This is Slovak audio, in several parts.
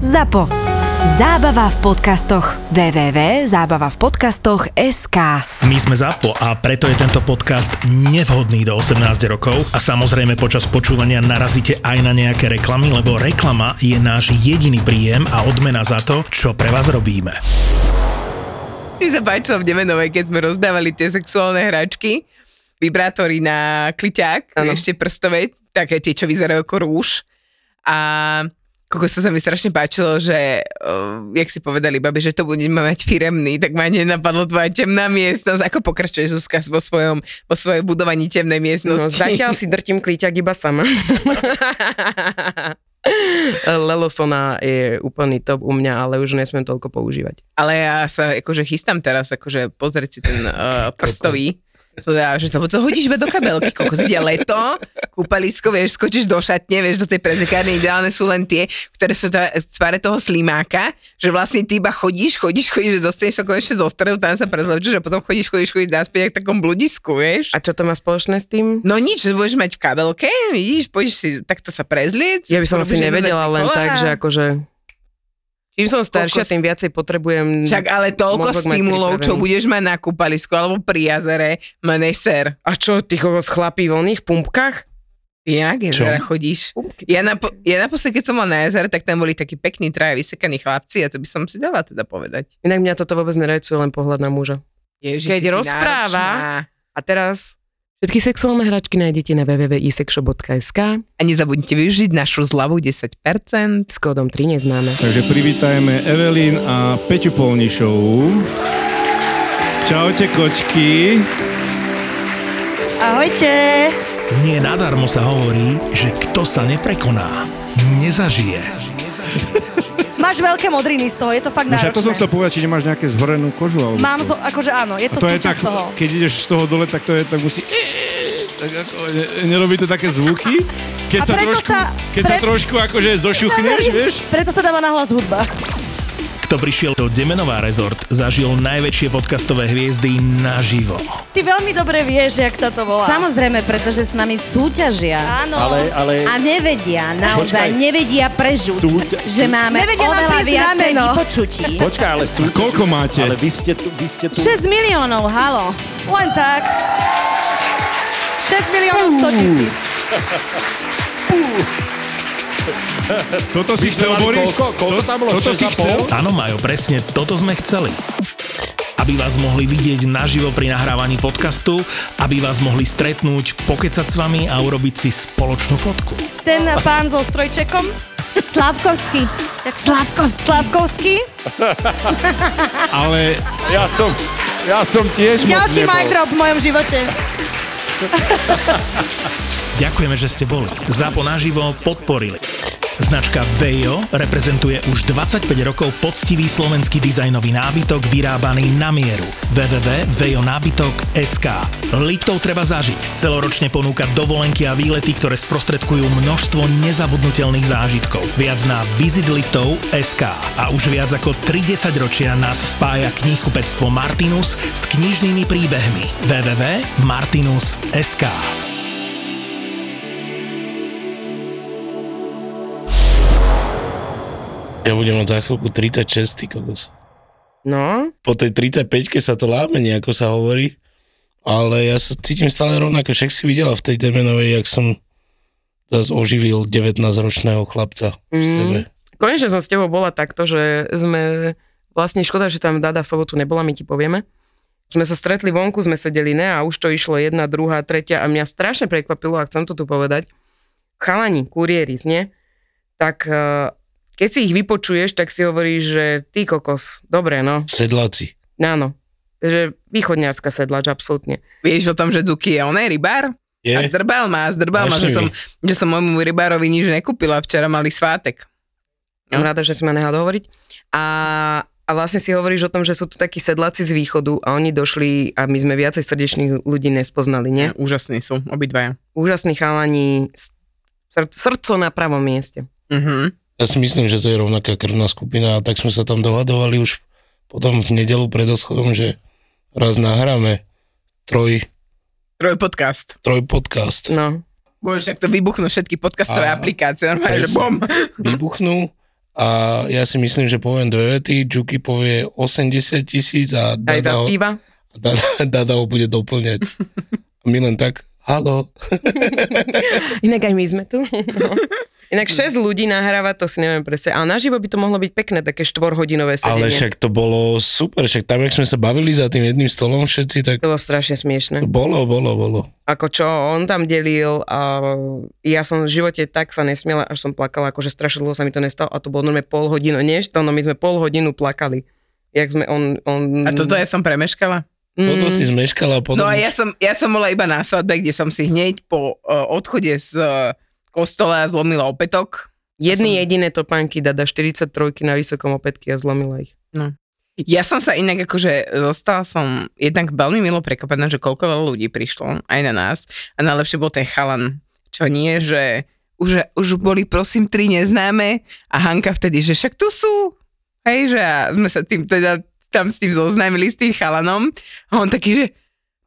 ZAPO. Zábava v podcastoch. www.zábavavpodcastoch.sk My sme ZAPO a preto je tento podcast nevhodný do 18 rokov a samozrejme počas počúvania narazíte aj na nejaké reklamy, lebo reklama je náš jediný príjem a odmena za to, čo pre vás robíme. Mne sa páčilo v Nemenovej, keď sme rozdávali tie sexuálne hračky, vibrátory na kliťák, ano. ešte prstové, také tie, čo vyzerajú ako rúž. A Koko sa mi strašne páčilo, že, uh, jak si povedali, babi, že to budeme mať firemný, tak ma nenapadlo tvoja temná miestnosť. Ako pokračuje Zuzka vo svojom, vo svojej budovaní temnej No, miestnosti? zatiaľ si drtím klíťak iba sama. Lelosona je úplný top u mňa, ale už nesmiem toľko používať. Ale ja sa akože chystám teraz, akože pozrieť si ten uh, prstový. To ja, že to, to hodíš iba do kabelky, koľko ide leto, kúpalisko, vieš, skočíš do šatne, vieš, do tej prezekárne, ideálne sú len tie, ktoré sú tá, tvare toho slimáka, že vlastne ty iba chodíš, chodíš, chodíš, že dostaneš sa konečne do stredu, tam sa prezlečíš a potom chodíš, chodíš, chodíš naspäť, jak v takom bludisku, vieš. A čo to má spoločné s tým? No nič, že budeš mať v kabelke, vidíš, pôjdeš si takto sa prezliec. Ja by som asi urobíš nevedela jednoduché len kolá. tak, že akože... Čím som staršia, Kokos. tým viacej potrebujem... Však ale toľko Mhm. mozog mať stimulov, čo pripravený. budeš mať na kúpalisku alebo pri jazere, menej ser. A čo, ty kokos chlapí voľných pumpkách? Jak je, Čo? teda chodíš? Ja, napo- ja naposledy, keď som bola na jazere, tak tam boli takí pekní traja vysekaní chlapci a to by som si dala teda povedať. Inak mňa toto vôbec nerajcuje, len pohľad na muža. Ježiš, Keď ty si rozpráva- náročná. A teraz... Všetky sexuálne hračky nájdete na www.isexshop.sk A nezabudnite využiť našu zľavu 10%. s kódom 3 neznáme. Takže privítajme Evelyn a Peťu Polnišovú. Čaute kočky. Ahojte! Nie nadarmo sa hovorí, že kto sa neprekoná, nezažije. Máš veľké modriny z toho, je to fakt No však náročné. to som chcel povedať, či nemáš nejaké zhorenú kožu. Alebo Mám, zo, akože áno, je A to, to je tak, súčasť toho. keď ideš z toho dole, tak to je, tak musí... E, Tak ako, ne, nerobí to také zvuky? Keď, A sa preto trošku, sa- keď sa pre- trošku akože zošuchneš, vieš? No, Preto sa dáva nahlas hudba. Kto prišiel do Demenová rezort, zažil najväčšie podcastové hviezdy naživo. Ty veľmi dobre vieš, jak sa to volá. Samozrejme, pretože s nami súťažia. Áno. Ale, ale... A nevedia, naozaj, Počkaj. nevedia prežuť, Súť- že máme Nevedia nám oveľa prísť viacej rameno. vypočutí. Počkaj, ale sú... Koľko máte? Ale vy ste tu, vy ste tu... 6 miliónov, halo. Len tak. 6 miliónov 100 tisíc. Toto si chcel, mali Boris? koľko? Koľko tam bolo? Toto Šesť si a pol? chcel? Áno, Majo, presne toto sme chceli. Aby vás mohli vidieť naživo pri nahrávaní podcastu, aby vás mohli stretnúť, pokecať s vami a urobiť si spoločnú fotku. Ten pán so strojčekom, Slavkovský. Slavkovský. Slavkovský. Ale Ja som... Ja som tiež moc Ďalší nebol. mic drop v mojom živote. Ďakujeme, že ste boli. Zapo naživo podporili. Značka Vejo reprezentuje už 25 rokov poctivý slovenský dizajnový nábytok vyrábaný na mieru. www.vejonábytok.sk Liptov treba zažiť. Celoročne ponúka dovolenky a výlety, ktoré sprostredkujú množstvo nezabudnutelných zážitkov. Viac na visitliptov.sk A už viac ako 30 ročia nás spája knihkupectvo Martinus s knižnými príbehmi. www.martinus.sk Ja budem mať za chvíľku 36, ty kokos. No, Po tej 35 sa to láme, nejako sa hovorí. Ale ja sa cítim stále rovnako. Však si videla v tej Demenovej, jak som zase oživil 19-ročného chlapca v Mm. sebe. konečne som s tebou bola takto, že sme, vlastne škoda, že tam Dada v sobotu nebola, my ti povieme. Sme sa stretli vonku, sme sedeli ne a už to išlo jedna, druhá, tretia a mňa strašne prekvapilo, a chcem to tu povedať, chalani, kuriéri, nie? Tak eh, keď si ich vypočuješ, tak si hovoríš, že ty kokos, dobre, no, Sedláci. áno. Že východňarská sedlač, absolútne. Vieš o tom, že Zuki je on je rybár? Je? A zdrbal ma, a zdrbal ma, že som, Vášnivý. že som môjmu rybárovi nič nekúpila. Včera mali svátek. Som No. rada, že si ma nechala dohovoriť. A, a vlastne si hovoríš o tom, že sú tu takí sedláci z východu a oni došli a my sme viacej srdečných ľudí nespoznali, No. nie? Úžasní sú, obidvaja. Úžasní chalani, s- srd- srdco na pravom mieste. Mhm. Ja si myslím, že to je rovnaká krvná skupina a tak sme sa tam dohadovali už potom v nedelu pred odchodom, že raz nahráme troj, Troj podcast. troj podcast. No, Bože, však to vybuchnú všetky podcastové Áno. aplikácie, normálne, že Presne. bom. Vybuchnú a ja si myslím, že poviem dve vety, Juki povie 80 tisíc a Aj Dada, ho, zaspíva. Dada, Dada ho bude doplňať. A my len tak, halo. Inak aj my sme tu. No. Inak 6 ľudí nahráva, to si neviem presne. Ale naživo by to mohlo byť pekné, také štvorhodinové sedenie. Ale však to bolo super, však tam, jak sme sa bavili za tým jedným stolom všetci, tak To bolo strašne smiešne. bolo, bolo, bolo. ako čo on tam delil a ja som v živote tak sa nesmiela, až som plakala, akože strašne dlho sa mi to nestalo a to bolo normálne pol hodinu, než to, no my sme pol hodinu plakali. Jak sme on... A on toto ja som premeškala. Mm. Toto si zmeškala a potom... No a ja som, ja som bola iba na svadbe, kde som si hneď po uh, odchode z uh, kostola zlomila opätok. Jedny jediné topánky dada 43 na vysokom opätky a zlomila ich. Ja som sa inak akože zostala som jednak veľmi milo prekvapená, že koľko veľa ľudí prišlo, aj na nás. A najlepšie bol ten chalan, čo nie, že už, už boli prosím tri neznáme a Hanka vtedy, že však tu sú. Hej, že a sme sa tým teda tam s tým zoznámili s tým chalanom a on taký, že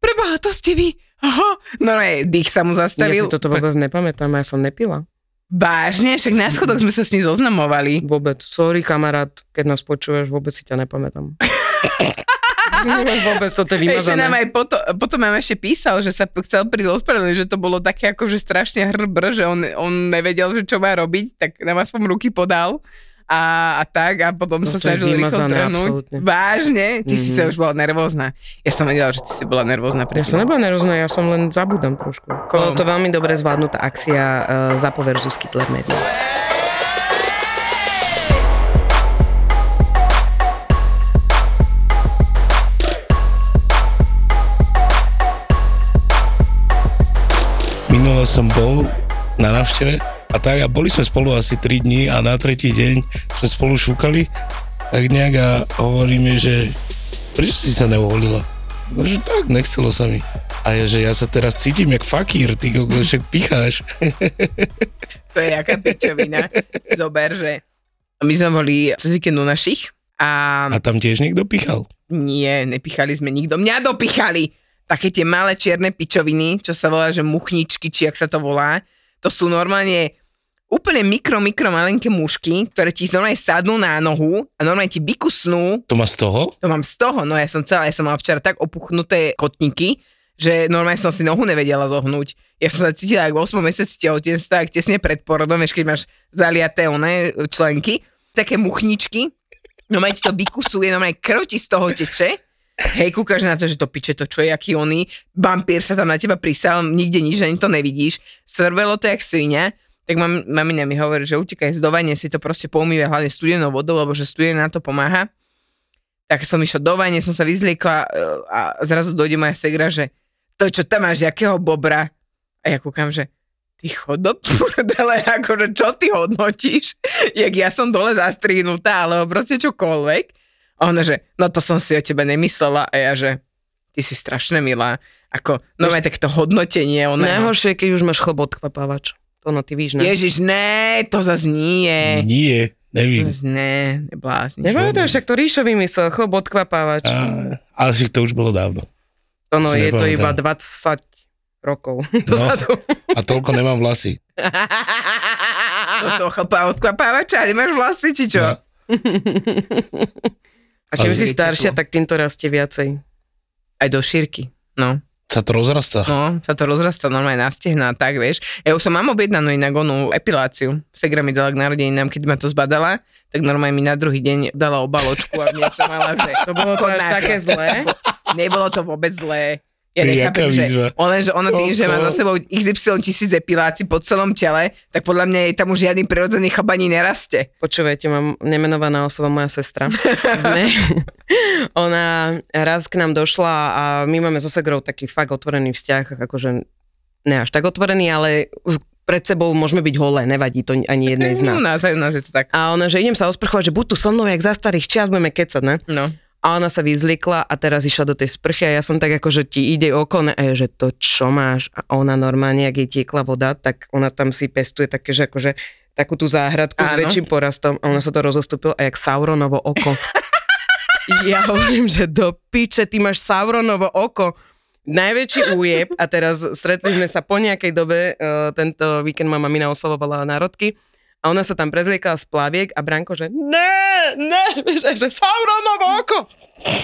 preboha, to ste vy. Aha. No ne, dých sa mu Ja zastavil. si toto vôbec nepamätám, ja som nepila. Vážne, však na schodoch sme sa s ním zoznamovali. Vôbec, sorry kamarát, keď nás počúvaš, vôbec si ťa nepamätám. vôbec toto je Ešte nám vymazané. aj potom, potom nám ešte písal, že sa p- chcel prísť ospravedlniť, že to bolo také ako, že strašne hrbr, že on, on nevedel, že čo má robiť, tak nám aspoň ruky podal a, a tak a potom No sa to je snažil rýchlo vymazané, trhnúť. absolútne. Mhm. Vážne? Ty si sa už bola nervózna. Ja som vedela, že ty si bola nervózna. Ja Prečo? som nebola nervózna, ja som len zabudám trošku. Bolo to veľmi dobre zvládnutá akcia uh, Zapo versus Hitler Media. Minule som bol na návšteve a tak a boli sme spolu asi 3 dní a na tretí deň sme spolu šúkali tak nejak a hovorí mi, že prečo si sa neuholila? No, že tak, nechcelo sa mi. A je, že ja sa teraz cítim jak fakír, ty kokos, však picháš. To je jaká pičovina. Zober, že my sme boli cez víkendu našich a A tam tiež niekto pichal. Nie, nepichali sme nikto. Mňa dopichali! Také tie malé čierne pičoviny, čo sa volá, že muchničky, či ak sa to volá. To sú normálne úplne mikro, mikro malenké mušky, ktoré ti normálne sadnú na nohu a normálne ti vykusnú. To má z toho? To mám z toho, no ja som celá, ja som mal včera tak opuchnuté kotníky, že normálne som si nohu nevedela zohnúť. Ja som sa cítila ako v 8 mesiaci tehotenstva, ak tesne pred porodom, vieš, keď máš zaliaté one e, členky, také muchničky, no ti to vykusuje, no krv ti z toho teče. Hej, kúkaš na to, že to piče, to čo je, aký oný, vampír sa tam na teba prisal, nikde nič, ani to nevidíš, svrbelo to jak svinia, tak mam, mamina mi hovorí, že utekaj z dovanie, si to proste poumývaj hlavne studenou vodou, lebo že studená to pomáha. Tak som išla do vane, som sa vyzliekla e, a zrazu dojde moja segra, že to čo tam máš, jakého bobra? A ja kúkam, že ty chod do prdele, akože čo ty hodnotíš? Jak ja som dole zastrihnutá, alebo proste čokoľvek. A ona, že no to som si o tebe nemyslela a ja, že ty si strašne milá. Ako, no aj tak to hodnotenie, ona... Najhoršie je, keď už máš chlbot kvapávač. To no, ty víš, ne? Ježiš, ne, to zase nie. Nie, neviem. Zas Ne, neblázni. Nepamätám, však to Ríšo vymyslel, chlbot kvapávač. A, ale však to už bolo dávno. to no, si je to nepamätám. iba 20 rokov No, dozadu. a toľko nemám vlasy. To som chlpa odkvapávača, nemáš vlasy, či čo? No. A čím Ale si viete staršia, čo? tak týmto rastie viacej. Aj do šírky. No, Sa to rozrastá. no, sa to rozrastá normálne na stehná, tak vieš. Ja už som mám objednanú inak onú epiláciu. Segra mi dala k narodeninám, keď ma to zbadala, tak normálne mi na druhý deň dala obaločku a v nej som mala, že... To bolo to až Konáka. také zlé. Nebolo to vôbec zlé. Ja Ty, nechápem, jaká že výzva. ona, že ona tým, že má Koľko? za sebou XY tisíc epilácií po celom tele, tak podľa mňa jej tam už žiadny prirodzený chlap ani neraste. Počúvajte, mám nemenovaná osoba, moja sestra. Sme. Ona raz k nám došla a my máme so Segrou taký fakt otvorený vzťah, akože ne až tak otvorený, ale pred sebou môžeme byť holé, nevadí to ani jednej z nás. U nás, aj u nás je to tak. A ona, že idem sa osprchovať, že buď tu so mnou, jak za starých čias budeme kecať, ne? No. A ona sa vyzlikla a teraz išla do tej sprchy a ja som tak ako, že ti ide oko ne, a je, že to čo máš a ona normálne, ak jej tiekla voda, tak ona tam si pestuje také, že akože takú tú záhradku s Áno. väčším porastom a ona sa to rozostúpila a jak Sauronovo oko. ja hovorím, že do piče, ty máš Sauronovo oko. Najväčší újeb e, a teraz stretli sme sa po nejakej dobe, eh, tento víkend ma mamina oslovovala národky A ona sa tam prezliekala z plaviek a Branko, že ne, ne, že, že Sauronovo oko.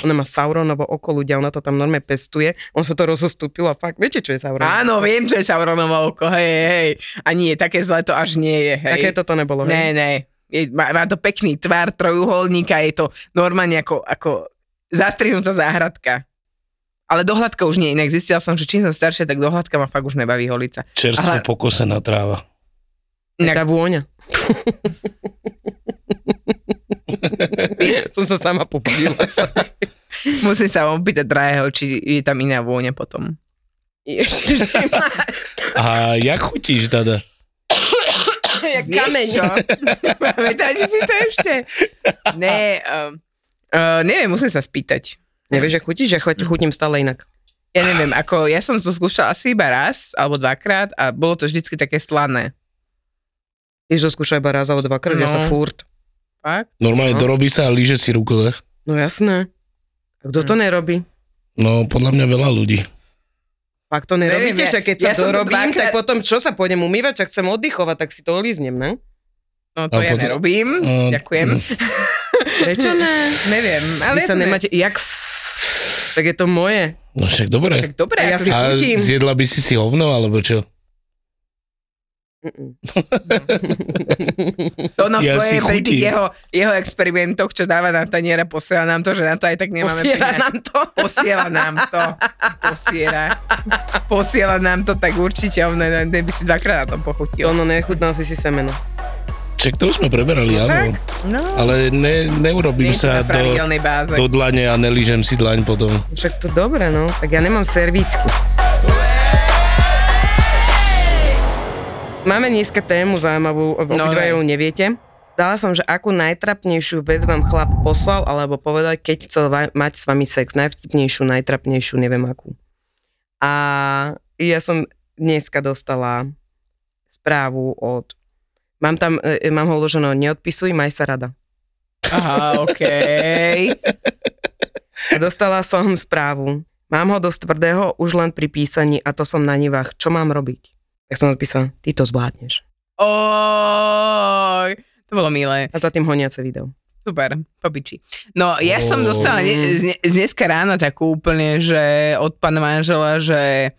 Ona má Sauronovo oko, ľudia, ona to tam normálne pestuje. On sa to rozostúpilo a fakt, viete, čo je Sauron? Áno, viem, že je Sauronovo oko, hej, hej. A nie, také zlé to až nie je, hej. Také toto nebolo. Ne, ne. Je, má, má to pekný tvar trojuholníka, je to normálne ako, ako zastrihnutá záhradka. Ale dohľadka už nie je inak. Zistila som, že čím som staršia, tak dohľadka ma fakt už nebaví holica. Čerstvo Ale- pokosená tráva. Tá Inak, vôňa. Som sa sama popudila. musím sa opýtať drahého, či je tam iná vôňa potom. A jak chutíš, Dada? Kameň. Pamätáte si to ešte? Ne, um, uh, neviem, musím sa spýtať. Nevieš, že chutíš? Ja Mm. chuť- chutím stále inak. Ja neviem, ako ja som to skúšala asi iba raz alebo dvakrát a bolo to vždycky také slané. Ježiš, skúšaj iba raz alebo dvakrát, ja sa No. furt. Fakt? Normálne No. dorobí sa a líže si ruku, ne? No jasné. A kto to Mm. nerobí? No, podľa mňa veľa ľudí. Fakt to nerobíte, Neviem, ja- že keď sa ja som to dorobím, dvakrát- tak potom čo sa pôjdem umývať, ak chcem oddychovať, tak si to olíznem, ne? No to A ja potom- nerobím, No, ďakujem. Prečo ne? Neviem, ale Vy ja sa to ne- nemáte, jak tak je to moje. No však dobre. Však dobre, A ja ja si- si... A chutím. zjedla by si si hovno, alebo čo? Mm-mm. to na ja si svoje pri tých chutím. jeho, jeho experimentoch, čo dáva na taniera, posiela nám to, že na to aj tak nemáme Posiera peniaze. nám to. Posiela nám to. Posiera. Posiela nám to, tak určite on ne, ne, by si dvakrát na tom pochutil. Ono nechutná si si semeno. Však to už sme preberali, áno. No, Ale ne, nie neurobím je to na sa do, pravidelnej báze. do dlane a nelížem si dlaň potom. Však to dobre, no. Tak ja nemám servítky. Máme dneska tému zaujímavú, ob- No, obidva daj. ju neviete. Dala som, že akú najtrapnejšiu vec vám chlap poslal, alebo povedal, keď chcel va- mať s vami sex. Najvtipnejšiu, najtrapnejšiu, neviem akú. A ja som dneska dostala správu od... Mám tam, e, e, mám ho uložené, neodpisuj, maj sa rada. Aha, okej. A dostala som správu. Mám ho dosť tvrdého už len pri písaní a to som na nivách. Čo mám robiť? Tak som odpísala, ty to zvládneš. Oj, to bolo milé. A za tým honiace video. Super, popiči. No, ja som Oh. dostala ne, z, ne- z dneska rána takú úplne, že od pána manžela, že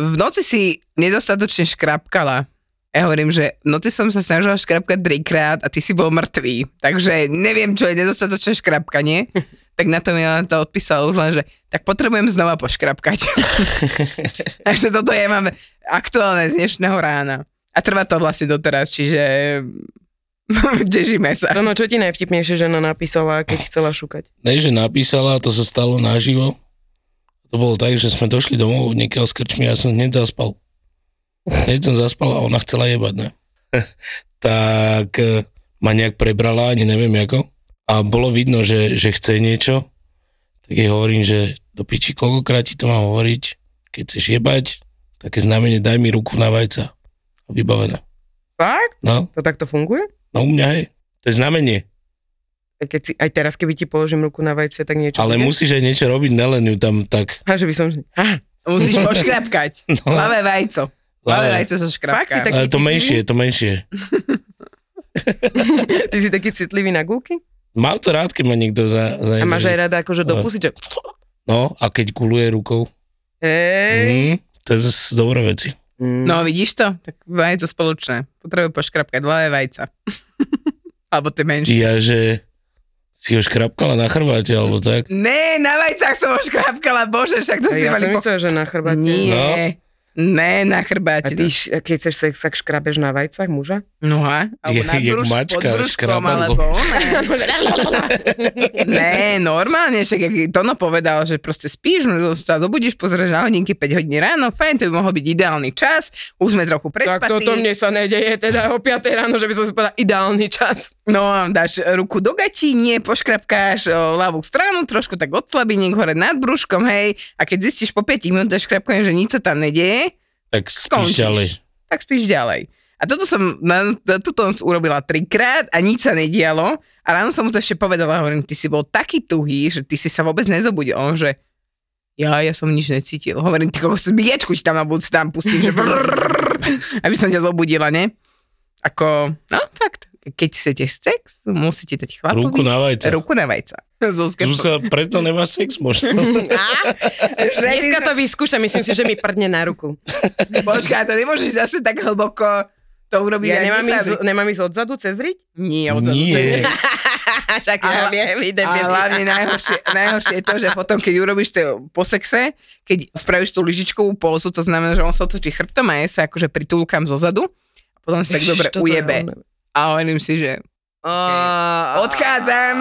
v noci si nedostatočne škrapkala. Ja hovorím, že v noci som sa snažila škrapkať trikrát a ty si bol mŕtvý. Takže neviem, čo je nedostatočné škrapkanie. Tak na to mi ona to odpísala už len, že tak potrebujem znova poškrapkať. Takže toto ja mám aktuálne z dnešného rána. A trvá to vlastne doteraz, čiže držíme sa. No, no čo ti najvtipnejšie žena napísala, keď chcela šukať? Ne, že napísala, to sa stalo naživo. To bolo tak, že sme došli domov niekiaľ s krčmi a ja som hneď zaspal. Hneď som zaspal a ona chcela jebať, ne? tak e, ma nejak prebrala, ani neviem ako. A bolo vidno, že, že chce niečo. Tak jej hovorím, že do piči, koľkokrát ti to mám hovoriť, keď chceš jebať, také znamenie, daj mi ruku na vajca. A vybavené. Fakt? No, To takto funguje? no u mňa je. To je znamenie. A Keď si, aj teraz, keby ti položím ruku na vajce, tak niečo Ale bude? musíš aj niečo robiť, nelen ju tam tak. A že by som... Aha, Musíš poškrapkať. No, Plavé vajco. Plavé vajco sa škrapká. Fakt si tak- Ale to Taký menšie, to menšie. ty si taký citlivý na gulky? Mám to rád, keď ma niekto za, za A máš aj rada akože Ale- dopusiť, že... No, a keď kuluje rukou. Hej. Mm, to je zase dobré veci. No. No vidíš to? Tak vajco spoločné. Potrebujú poškrapkať. Plavé vajca. Alebo to je menšie. Ja, že si ho škrapkala na chrbáte, alebo tak. Ne, na vajcách som ho škrapkala. Bože, však to si Ja mali som po... myslela, že na chrbáte. Nie. Ne, na A chrbáte. ty, š- keď chceš sex, tak škrabeš na vajcach muža? No a? Alebo Je- na je jak brúš, pod mačka, brúškom, škrabadlo. alebo... ne, normálne, však jak Tono povedal, že proste spíš, no, sa dobudíš, pozrieš na hodinky 5 hodín ráno, fajn, to by mohol byť ideálny čas, už sme trochu prespatí. sa nedeje, teda o 5 ráno, že by som si povedala ideálny čas. No, dáš ruku do gatí, nie, poškrapkáš o ľavú stranu, trošku tak odslabí, niek hore nad brúškom, hej, a keď zistíš po 5 minútach škrapkanie, že nič sa tam nedeje, Tak spíš Skončíš. ďalej. tak spíš ďalej. A toto som na, na túto noc urobila trikrát a nič sa nedialo. A ráno som mu to ešte povedala, hovorím, ty si bol taký tuhý, že ty si sa vôbec nezobudil. A On, že ja, ja som nič necítil. Hovorím, ty koľko zbiečku ti tam na budúci tam pustím, že brrrr, aby som ťa zobudila, ne? Ako, no fakt, keď chcete sex, musíte dať chlapovi Ruku na vajca. Ruku na vajca. Zuzka, Zuzka preto nemá sex možno. že Dneska to vyskúšam, myslím si, že mi prdne na ruku. Počkaj, to nemôžeš zase tak hlboko to urobiť. Ja ani nemám Fabi. ísť, nemám ísť odzadu cez riť? Nie, od Nie. Však Ale- ja viem, vy A debili. hlavne najhoršie, najhoršie je to, že potom, keď urobíš to po sexe, keď spravíš tú lyžičkovú pózu, to znamená, že on sa otočí chrbtom a ja sa akože pritúlkam zo zadu a potom sa tak dobre Toto je ujebe. ono. A hovorím si, že Á, odchádzam,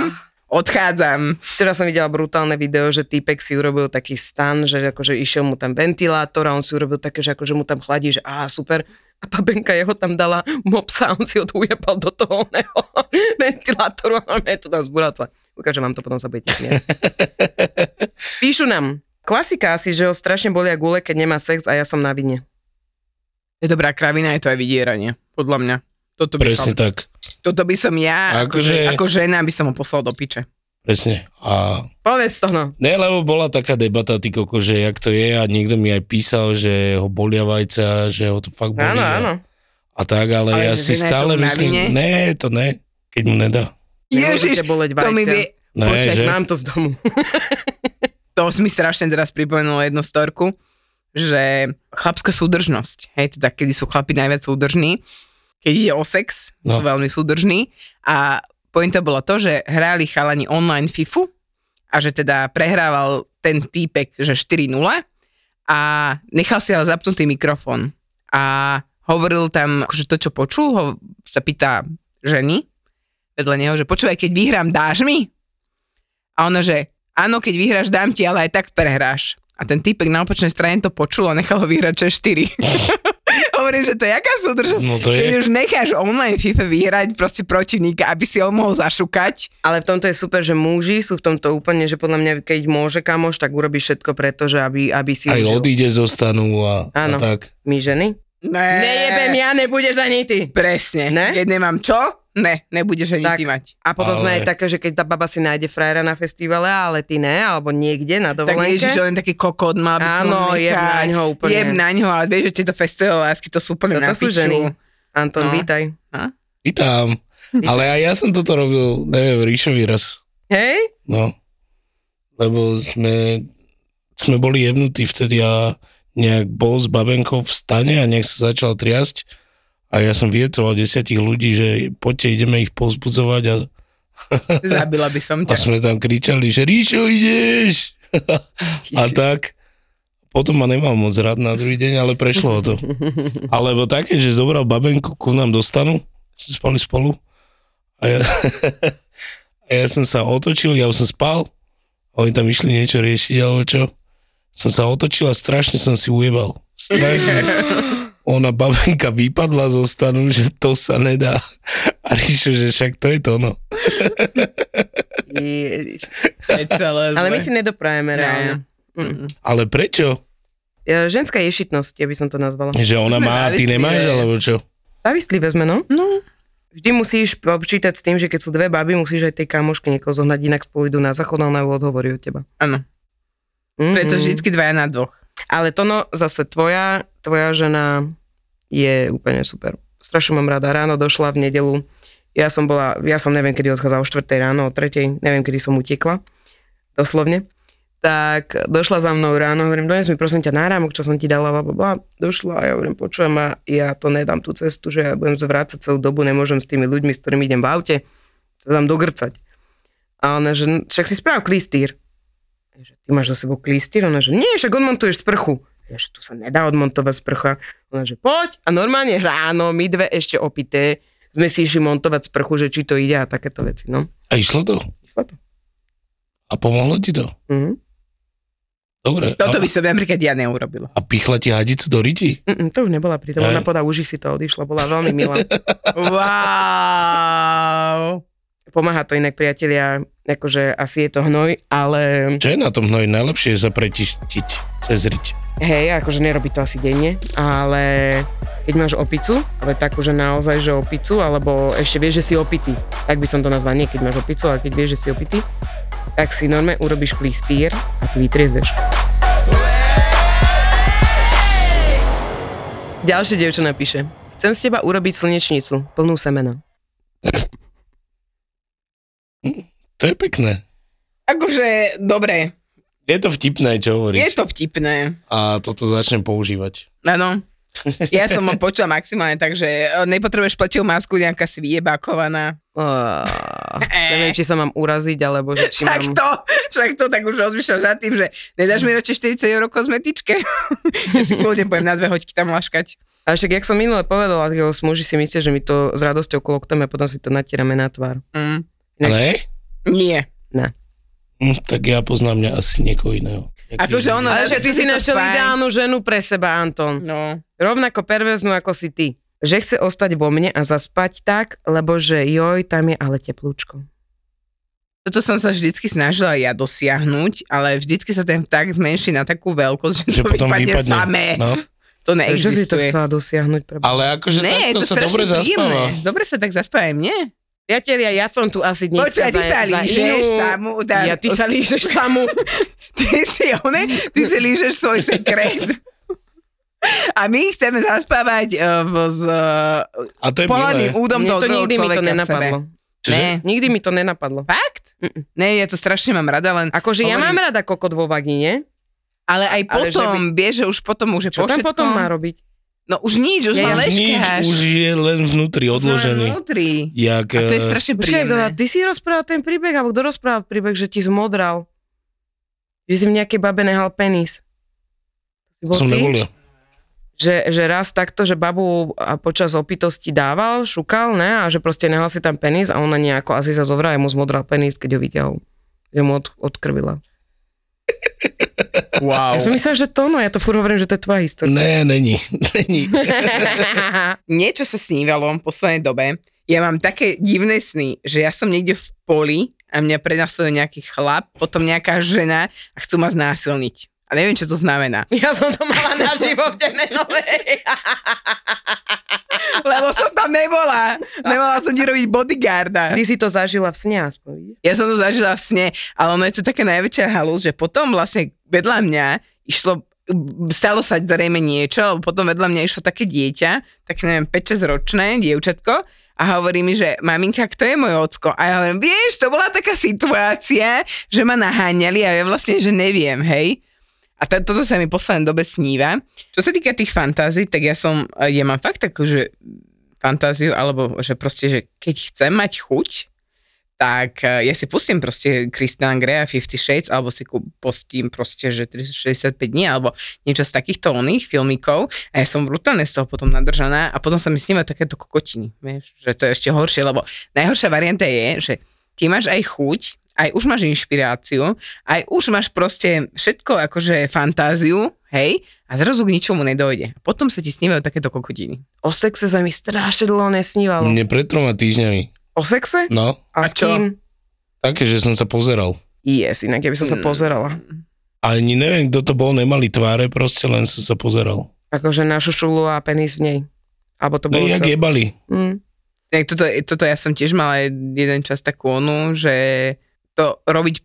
odchádzam. Včera som videla brutálne video, že týpek si urobil taký stan, že akože išiel mu tam ventilátor a on si urobil také, že akože mu tam chladí, že á, super. A babenka jeho tam dala mopsa a on si ho tu ujebal do toho oného ventilátoru a on je to tam zburáca. Ukážem vám to, potom sa budete smiať. Píšu nám. Klasika asi, že ho strašne bolia gule, keď nemá sex a ja som na vine. Je dobrá kravina, je to aj vydieranie, podľa mňa. Toto by, som, Presne tak. toto by som ja, akože, Akože- ako žena by som ho poslal do piče. Presne. A Povedz to, no. Ne, lebo bola taká debata, ty koko, že jak to je a niekto mi aj písal, že ho bolia vajca, že ho to fakt bolí. Áno, že- áno. A tak, ale, Ale ja že si žena je stále tomu na vine? myslím, ne, to ne, keď mu nedá. Ježiš, Nemôžete boleť to mi vajcia. vie, Ne, Počkaj, že? Mám to z domu. to si mi strašne teraz pripomenulo jednu storku, že chlapská súdržnosť, hej, teda kedy sú chlapi najviac súdržní, keď ide o sex, no. sú No. veľmi súdržní a pointa bola to, že hráli chalani online FIFU a že teda prehrával ten týpek, že 4-0 a nechal si ale zapnutý mikrofón a hovoril tam, že to, čo počul, ho sa pýta ženy vedľa neho, že počúvaj, keď vyhrám, dáš mi? A ona, že áno, keď vyhráš, dám ti, ale aj tak prehráš. A ten týpek na opačnej strane to počul a nechal ho vyhrať 6-4. Hovorím, že to je jaká súdržnosť. No to Keď je. už necháš online FIFA vyhrať proste protivníka, aby si ho mohol zašukať. Ale v tomto je super, že muži sú v tomto úplne, že podľa mňa, keď môže kamoš, tak urobí všetko preto, že aby, aby si Aj užil. odíde, zostanú a, a Áno. tak. My ženy? Ne, Nejebem ja, nebudeš ani ty. Presne. Ne? Keď nemám čo, ne, nebudeš ani Tak. ty mať. A potom ale... sme Ale- aj také, že keď tá baba si nájde frajera na festivale, ale ty ne, alebo niekde na Tak dovolenke. ježiš, on je taký kokot, mal by som Áno, ho nechať. jeb naň ho úplne. Jeb naň ho, ale vieš, že tieto festivaly lásky, to sú úplne Toto na sú piču. ženy. Anton, No. vítaj. Vítam. Ale aj ja som toto robil, neviem, Ríšovi raz. Hej? No. Lebo sme, sme boli jebnutí vtedy a nejak bol s babenkou v stane a nejak sa začal triasť. A ja som viecoval desiatich ľudí, že poďte, ideme ich povzbudzovať a Zabila by som ťa. A sme tam kričali, že Ríšo, ideš! a tak. Potom ma nemal moc rád na druhý deň, ale prešlo ho to. Alebo také, že zobral babenku ku nám do stanu, sme spali spolu. A ja, a ja som sa otočil, ja už som spal. A oni tam išli niečo riešiť, alebo čo. Som sa otočil a strašne som si ujebal. Strašne. Ona babenka vypadla zo stanu, že to sa nedá. A Ríšo, že však to je to no. ono. Ježiš. Je celé Ale zlé. my si nedoprajeme Ne. reálne. Mm-mm. Ale prečo? Ja, ženská ješitnosť, ja by som to nazvala. Že ona Sme má a ty závislí, nemáš, že- alebo čo? Zavistlivé sme, no? No. Vždy musíš počítať s tým, že keď sú dve baby, musíš aj tej kamoške niekoho zohnať, inak spolu idú na záchod a ona ju odhovorí od teba. Mhm. Áno. Mm-mm. Preto vždycky dvaja na dvoch. Ale to no, zase tvoja, tvoja žena je úplne super. Strašne mám rada. Ráno došla v nedelu. Ja som bola, ja som neviem, kedy odchádzala o 4 ráno, o 3, neviem, kedy som utekla. Doslovne. Tak došla za mnou ráno, hovorím, dones mi prosím ťa náramok, čo som ti dala, bla, bla, bla. Došla a ja hovorím, počujem a ja to nedám tú cestu, že ja budem zvrácať celú dobu, nemôžem s tými ľuďmi, s ktorými idem v aute, sa dám dogrcať. A ona, že "No, však si správ klistýr. Ja, Že, ty máš so sebou klistýr? Ona, že nie, však odmontuješ sprchu. Ja, že tu sa nedá odmontovať sprcha. Ona, že poď. A normálne ráno, my dve ešte opité, sme si išli montovať sprchu, že či to ide a takéto veci, no. A išlo to? Išlo to. A pomohlo ti to? Mhm. Dobre. Toto a, by som napríklad ja neurobila. a pichla ti hadicu do riti? Mm, mm, to už nebola pri tom, Hej. ona podá už ich si to odišla, bola veľmi milá. Wow. Pomáha to inak priatelia, akože asi je to hnoj, ale Čo je na tom hnoji? Najlepšie je sa pretištiť cez riť. hej, akože nerobí to asi denne, ale keď máš opicu, ale takú, že naozaj, že opicu, alebo ešte vieš, že si opitý, tak by som to nazval, nie keď máš opicu, ale keď vieš, že si opitý, tak si normálne urobíš klistýr a ty vytriezveš. Ďalšie dievča napíše. Chcem z teba urobiť slnečnicu, plnú semena. To je pekné. Akože, dobre, Je to vtipné, čo hovoríš. je to vtipné. A toto začnem používať. Áno. Ja som ho počula maximálne, takže e, nepotrebuješ pleťovú masku, nejaká si vyjebákovaná. Uh, neviem, či sa mám uraziť, alebo že či Však mám... to, však to, tak už rozmýšľam nad tým, že nedáš mi radšej 40 eur kozmetičke. ja si kľudne poviem na dve hoďky tam laškať. A však, jak som minule povedala, tak s muži si myslia, že my to s radosťou kloktame a potom si to natierame na tvár. Mm. Ne? Ne. ne? Nie. Hm, tak ja poznám mňa asi niekoho iného. Jaký- Akože ono, Ale že že ty to si je to našiel fajn. ideálnu ženu pre seba, Anton. No. Rovnako perverznú, ako si ty. Že chce ostať vo mne a zaspať tak, lebo že joj, tam je ale teplúčko. Toto som sa vždycky snažila ja dosiahnuť, ale vždycky sa ten vták zmenší na takú veľkosť, že, že to potom vypadne, vypadne. samé. To No. Čo si to neexistuje. chcela dosiahnuť? Pre... Ale akože Ne, je takto to sa dobre strašne príjemné. zaspáva. Dobre sa tak zaspáva aj mne. Priatelia, ja som tu asi Počkaj, dneska ty za, sa za lížeš inú... samú. Tá, Ja, ty sa lížeš samú. Ty si, one, ty si lížeš svoj sekret. A my chceme zaspávať uh, s uh, A to je polaným milé. údom Mne toho to druhého nikdy mi to človeka v sebe. nenapadlo. Ne. Nikdy mi to nenapadlo. Fakt? Mm-mm. Ne, ja to strašne mám rada, len... Akože ja mám Hovorím. rada kokot vo vagíne. Ale aj Ale že potom, vieš, že už potom už je Čo po tam všetkom. potom má robiť? No už nič, už Ja ja, už Nič leškáš. už je len vnútri odložený. Vnútri. Jak, A to je eh, strašne Počkaj, kto, príjemné. ty si rozprával ten príbeh, alebo kto rozprával príbeh, že ti zmodral? Že si v nejakej babe nehal penis. To si bol som ty? nevolil. že, že raz takto, že babu a počas opitosti dával, šukal, ne, a že proste nehal si tam penis a ona nejako asi sa dobrá, aj mu zmodral penis, keď ho vyťahol. Že mu od, odkrvila. Wow. Ja som myslela, že to no, ja to furt hovorím, že to je tvoja história. Ne, není. Není. niečo sa snívalo v poslednej dobe. Ja mám také divné sny, že ja som niekde v poli a mňa prenasleduje nejaký chlap, potom nejaká žena a chcú ma znásilniť. A neviem, čo to znamená. ja som to mala na živote menovej. Lebo som tam nebola. Nebola som ti robiť bodyguarda. Ty si to zažila v sne aspoň. vidíš? Ja som to zažila v sne, ale ono je to taká najväčšia halus, že potom vlastne vedľa mňa išlo stalo sa zrejme niečo, lebo potom vedľa mňa išlo také dieťa, tak neviem, 5-6 ročné dievčatko a hovorí mi, že maminka, kto je môj ocko? A ja hovorím, vieš, to bola taká situácia, že ma naháňali a ja vlastne, že neviem, hej. A t- toto sa mi v poslednej dobe sníva. Čo sa týka tých fantázií, tak ja som, ja mám fakt takú, že fantáziu, alebo že proste, že keď chcem mať chuť, tak eh, ja si pustím proste Christian Grey a 50 Shades, alebo si kú- postím proste, že 365 dní, alebo niečo z takýchto oných filmikov a ja som brutálne z toho potom nadržaná a potom sa mi sníma takéto kokotiny, vieš, že to je ešte horšie, lebo najhoršia varianta je, že ty máš aj chuť, aj už máš inšpiráciu, aj už máš proste všetko akože fantáziu, hej, a zrazu k ničomu nedojde. Potom sa ti snívajú takéto kokotiny. O sexe sa mi strašne dlho No. nesnívalo. Mne pred troma týždňami. O sexe? No, A, A s čo? kým? také, že som sa pozeral. Yes, inak ja by som sa Mm. pozerala. Ani neviem, kto to bol, nemali tváre, proste len som sa pozeral. Akože na šušulu a penis v nej. Alebo to No, bolo jak celé. jebali. Mm. Tak toto, toto ja som tiež mala jeden čas takú onu, že to robiť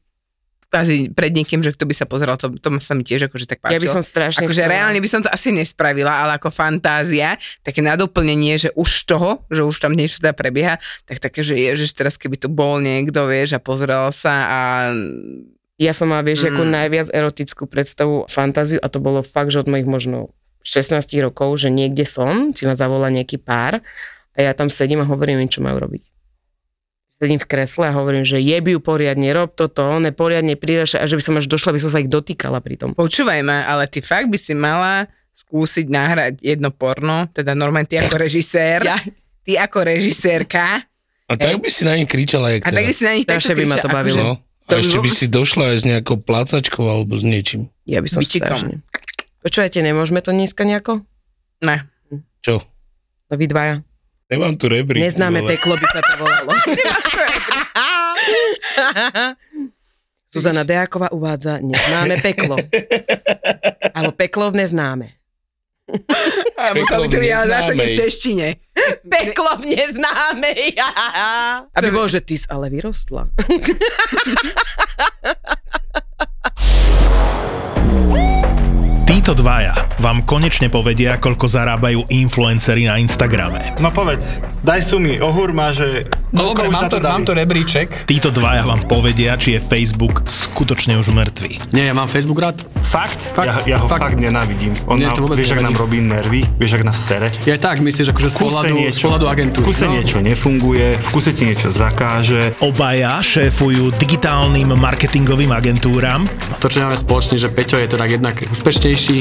kvázi pred niekým, že kto by sa pozeral, to, to sa mi tiež akože tak páčilo. Ja by som strašne akože chcela. reálne by som to asi nespravila, ale ako fantázia, také nadoplnenie, že už toho, že už tam niečo teda prebieha, tak také, že ježiš, teraz keby tu bol niekto, vieš, a pozeral sa a Ja som mala, vieš, mm. ako Mm. najviac erotickú predstavu, fantáziu a to bolo fakt, že od mojich možno 16 rokov, že niekde som, si ma zavolá nejaký pár a ja tam sedím a hovorím im, čo majú robiť. Sedím v kresle a hovorím, že jebi ju poriadne, rob toto, one poriadne priraša a že by som až došla, by som sa ich dotýkala pri tom. počúvaj ma, ale ty fakt by si mala skúsiť nahrať jedno porno, teda normálne ty ako režisér, ja. ty ako režisérka, A tak by si na nich kričala, jak A tak by teraz. si na nich takto Strašne by ma to kričala, akože bavilo. No. to A by ešte bolo- by si došla aj s nejakou plácačkou alebo s niečím. Ja by som Bičikom. strašne. Počujete, nemôžeme to dneska nejako? Ne. Čo? No vy dvaja. Nemám tu rebrík. Neznáme vole. peklo by sa to volalo. Zuzana Deáková uvádza neznáme peklo. Alebo peklo v neznáme. A musel by to byť ale zase neznámej. v češtine. Peklo v neznáme. Aby bolo, že ty si ale vyrostla. Títo Títo dvaja vám konečne povedia, koľko zarábajú influencery na Instagrame. No povedz, daj sumy, ohurma, že... No dobre, koľko už mám za to, dali? mám to rebríček. Títo dvaja vám povedia, či je Facebook skutočne už mŕtvy. Nie, ja mám Facebook rád. Fakt? fakt? Ja, ja ho fakt, fakt nenávidím. On Nie, nám, to vôbec vieš, ak nám nevadí. robí nervy, vieš, ak nás sere. Ja tak myslíš, akože z V kuse pohľadu, z niečo- pohľadu agentúry. V kuse no? niečo nefunguje, v kuse ti niečo zakáže. Obaja šéfujú digitálnym marketingovým agentúram, To, čo máme spoločne, že Peťo je teda jednak úspešnejší,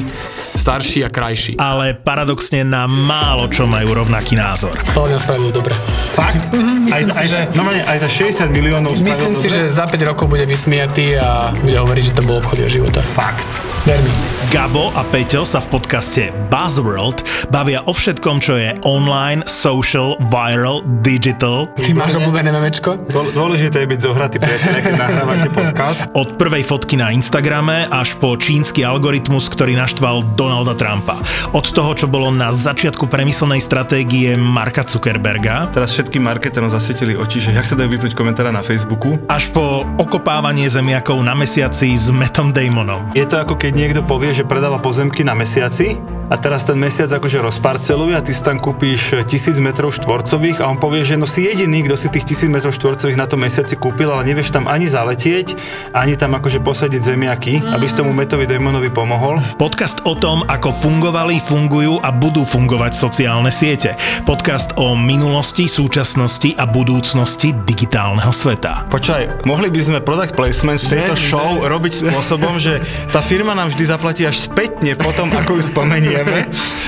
starší a krajší. ale paradoxne na málo čo majú rovnaký názor. To mňa spravilo dobre. Mhm, Fakt? Aj, Myslím za- si, aj, že, za- normálne aj za 60 miliónov spravil myslím si, dobre? že za 5 rokov bude vysmiatý a bude hovoriť, že to bol obchod jeho života. Fakt. Ver mi. Gabo a Peťo sa v podcaste Buzzworld bavia o všetkom, čo je online, social, viral, digital. Ty máš obľúbené memečko? Dôl- Dôležité je byť zohratý, priateľe, keď nahrávate podcast. Od prvej fotky na Instagrame až po čínsky algoritmus, ktorý naštval Donalda Trumpa. Od toho, čo bolo na začiatku premyslenej stratégie Marka Zuckerberga, Teraz všetkým marketerom zasvietili oči, že jak sa dajú vypnúť komentára na Facebooku. až po okopávanie zemiakov na mesiaci s Metom Damonom. Je to ako keď niekto povie, že predáva pozemky na mesiaci a teraz ten mesiac akože rozparceluje a ty si tam kúpíš tisíc metrov štvorcových a on povie, že no si jediný, kto si tých tisíc metrov štvorcových na tom mesiaci kúpil, ale nevieš tam ani zaletieť, ani tam akože posadiť zemiaky, aby si tomu metovi démonovi pomohol. Podcast o tom, ako fungovali, fungujú a budú fungovať sociálne siete. Podcast o minulosti, súčasnosti a budúcnosti digitálneho sveta. Počkaj, mohli by sme product placement v tejto Že, show robiť spôsobom, že tá firma nám vždy zaplatí až spätne potom, ako ju spomenieme.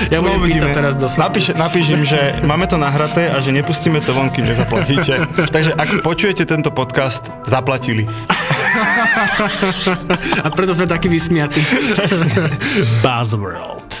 Ja budem Uvidíme. písať teraz do Slack. Napíš, napíš im, že máme to nahraté a že nepustíme to von, kým nezaplatíte. Takže ak počujete tento podcast, zaplatili. A preto sme takí vysmiatí. Buzzworld.